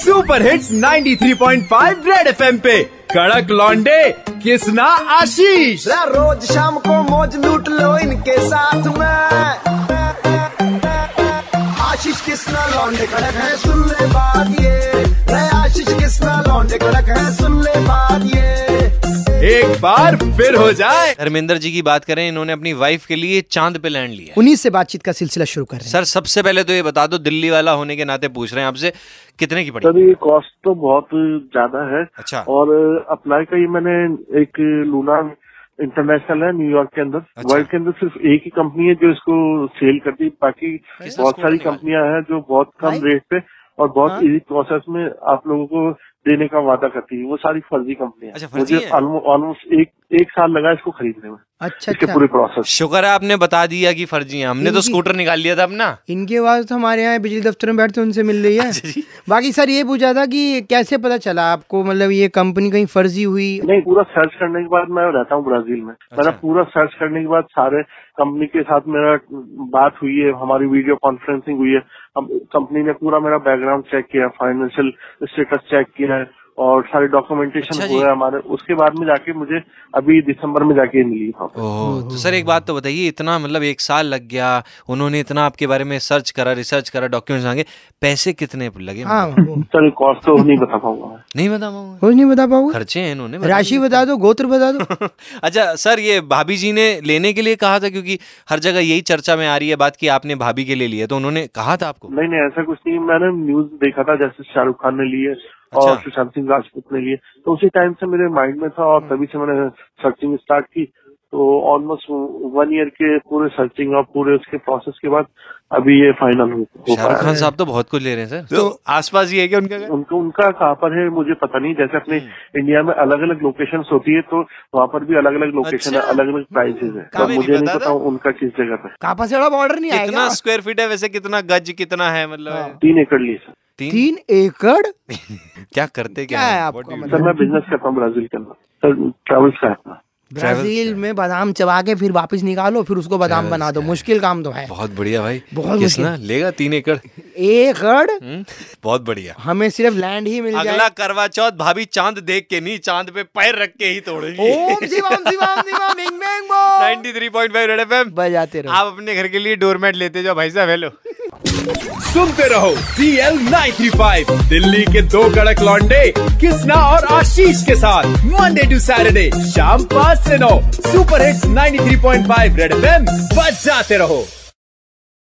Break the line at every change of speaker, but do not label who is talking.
Super hits 93.5 red FM पे कड़क लौंडे किसना आशीष
ला रोज शाम को मौज लूट लो इनके साथ में आशीष किसना लौंडे कड़क है सुन ले बात ये रे आशीष किसना लौंडे कड़क है सुन ले बात ये
एक बार फिर हो जाए
धर्मेंद्र जी की बात करें इन्होंने अपनी वाइफ के लिए चांद पे लैंड लिया है।
उन्हीं से बातचीत का सिलसिला शुरू कर रहे हैं
सर सबसे पहले तो ये बता दो दिल्ली वाला होने के नाते पूछ रहे हैं आपसे कितने की
सर
पड़ी
ये कॉस्ट तो बहुत ज्यादा है
अच्छा।
और अप्लाई का ये मैंने एक लूना इंटरनेशनल है न्यूयॉर्क के अंदर
अच्छा।
वर्ल्ड के अंदर सिर्फ एक ही कंपनी है जो इसको सेल करती है बाकी
किसने
बहुत
इसको करने
सारी
हाँ। वाला?
कंपनियां हैं जो बहुत कम रेट पे और बहुत इजी प्रोसेस में आप लोगों को देने का वादा करती है वो सारी फर्जी कंपनियां
अच्छा,
हैं।
फर्जी
मुझे
हैं?
ऑलमोस्ट एक एक साल लगा इसको खरीदने में
अच्छा
इसके
अच्छा
पूरे प्रोसेस
शुक्र है आपने बता दिया कि फर्जी हैं हमने तो
इनकी-
स्कूटर निकाल लिया था अपना
इनकी आवाज तो हमारे यहाँ बिजली दफ्तर में बैठते उनसे मिल रही है
अच्छा जी।
बाकी सर ये पूछा था कि कैसे पता चला आपको मतलब ये कंपनी कहीं फर्जी हुई
नहीं पूरा सर्च करने के बाद मैं रहता हूँ ब्राजील में
अच्छा।
मैंने पूरा सर्च करने के बाद सारे कंपनी के साथ मेरा बात हुई है हमारी वीडियो कॉन्फ्रेंसिंग हुई है हम कंपनी ने पूरा मेरा बैकग्राउंड चेक किया फाइनेंशियल स्टेटस चेक किया है और सारे डॉक्यूमेंटेशन
अच्छा जी।
हुए हैं हमारे उसके बाद में जाके मुझे अभी दिसंबर में जाके मिली वहाँ पे।
ओह तो सर एक बात तो बताइए इतना मतलब एक साल लग गया उन्होंने इतना आपके बारे में सर्च करा रिसर्च करा डॉक्यूमेंट्स मांगे पैसे कितने लगे
हाँ वो-
सर कॉस्ट तो नहीं बता पाऊंगा मैं।
नहीं बता पाऊंगा
कुछ नहीं बता पाओगे
खर्चे हैं इन्होंने तो बता
राशि बता दो गोत्र बता दो
अच्छा सर ये भाभी जी ने लेने के लिए कहा था क्योंकि हर जगह यही चर्चा में आ रही है बात कि आपने भाभी के लिए लिया तो उन्होंने कहा था आपको
नहीं नहीं ऐसा कुछ नहीं मैंने न्यूज देखा था जैसे शाहरुख खान ने लिए और
अच्छा।
सुशांत सिंह राजपूत ने लिए तो उसी टाइम से मेरे माइंड में था और
हम्म।
तभी से मैंने सर्चिंग स्टार्ट की तो ऑलमोस्ट वन ईयर के पूरे सर्चिंग और पूरे उसके प्रोसेस के बाद अभी ये फाइनल हो हो
शाहरुख
पाया
खान साहब तो बहुत कुछ ले रहे हैं सर तो आसपास ही है क्या उनका घर?
उनको उनका कहाँ पर है मुझे पता नहीं जैसे अपने
हम्म।
इंडिया में अलग अलग लोकेशन होती है तो वहाँ पर भी अलग अलग लोकेशन है
अच्छा।
अलग अलग प्राइसेज है
काफी
तो
नहीं
मुझे नहीं
पता
पता
था।
उनका किस जगह पे
कापा से ऑर्डर नहीं
कितना
आएगा
स्क्वायर फीट है वैसे कितना गज कितना है
हाँ।
मतलब
तीन एकड़ लिए सर
तीन
तीन एकड़
क्या करते क्या
क्या है
हैं?
आपका
What do you-
मतलब?
सर मैं बिजनेस करता हूँ ब्राजील के अंदर सर ट्रेवल्स का है अपना
ब्राजील में बादाम चबा के फिर वापस निकालो फिर उसको बादाम बना दो मुश्किल काम तो है
बहुत बढ़िया भाई
बहुत
किस ना लेगा तीन एकड़
एकड़
हम्म, बहुत बढ़िया
हमें सिर्फ लैंड ही मिल जाए
अगला करवा चौथ भाभी चांद देख के नहीं चांद पे पैर रख के ही तोड़ेगी
ओम शिवम शिवम शिवम बिंग बिंग बो
93.5 रेड एफएम
बजाते रहो
आप अपने घर के लिए डोरमेट लेते जाओ भाई साहब हेलो
सुनते रहो सी एल दिल्ली के दो कड़क लौंडे किसना और आशीष के साथ मंडे टू सैटरडे शाम पाँच से नौ सुपर हिट्स 93.5 रेड एफएम बजाते रहो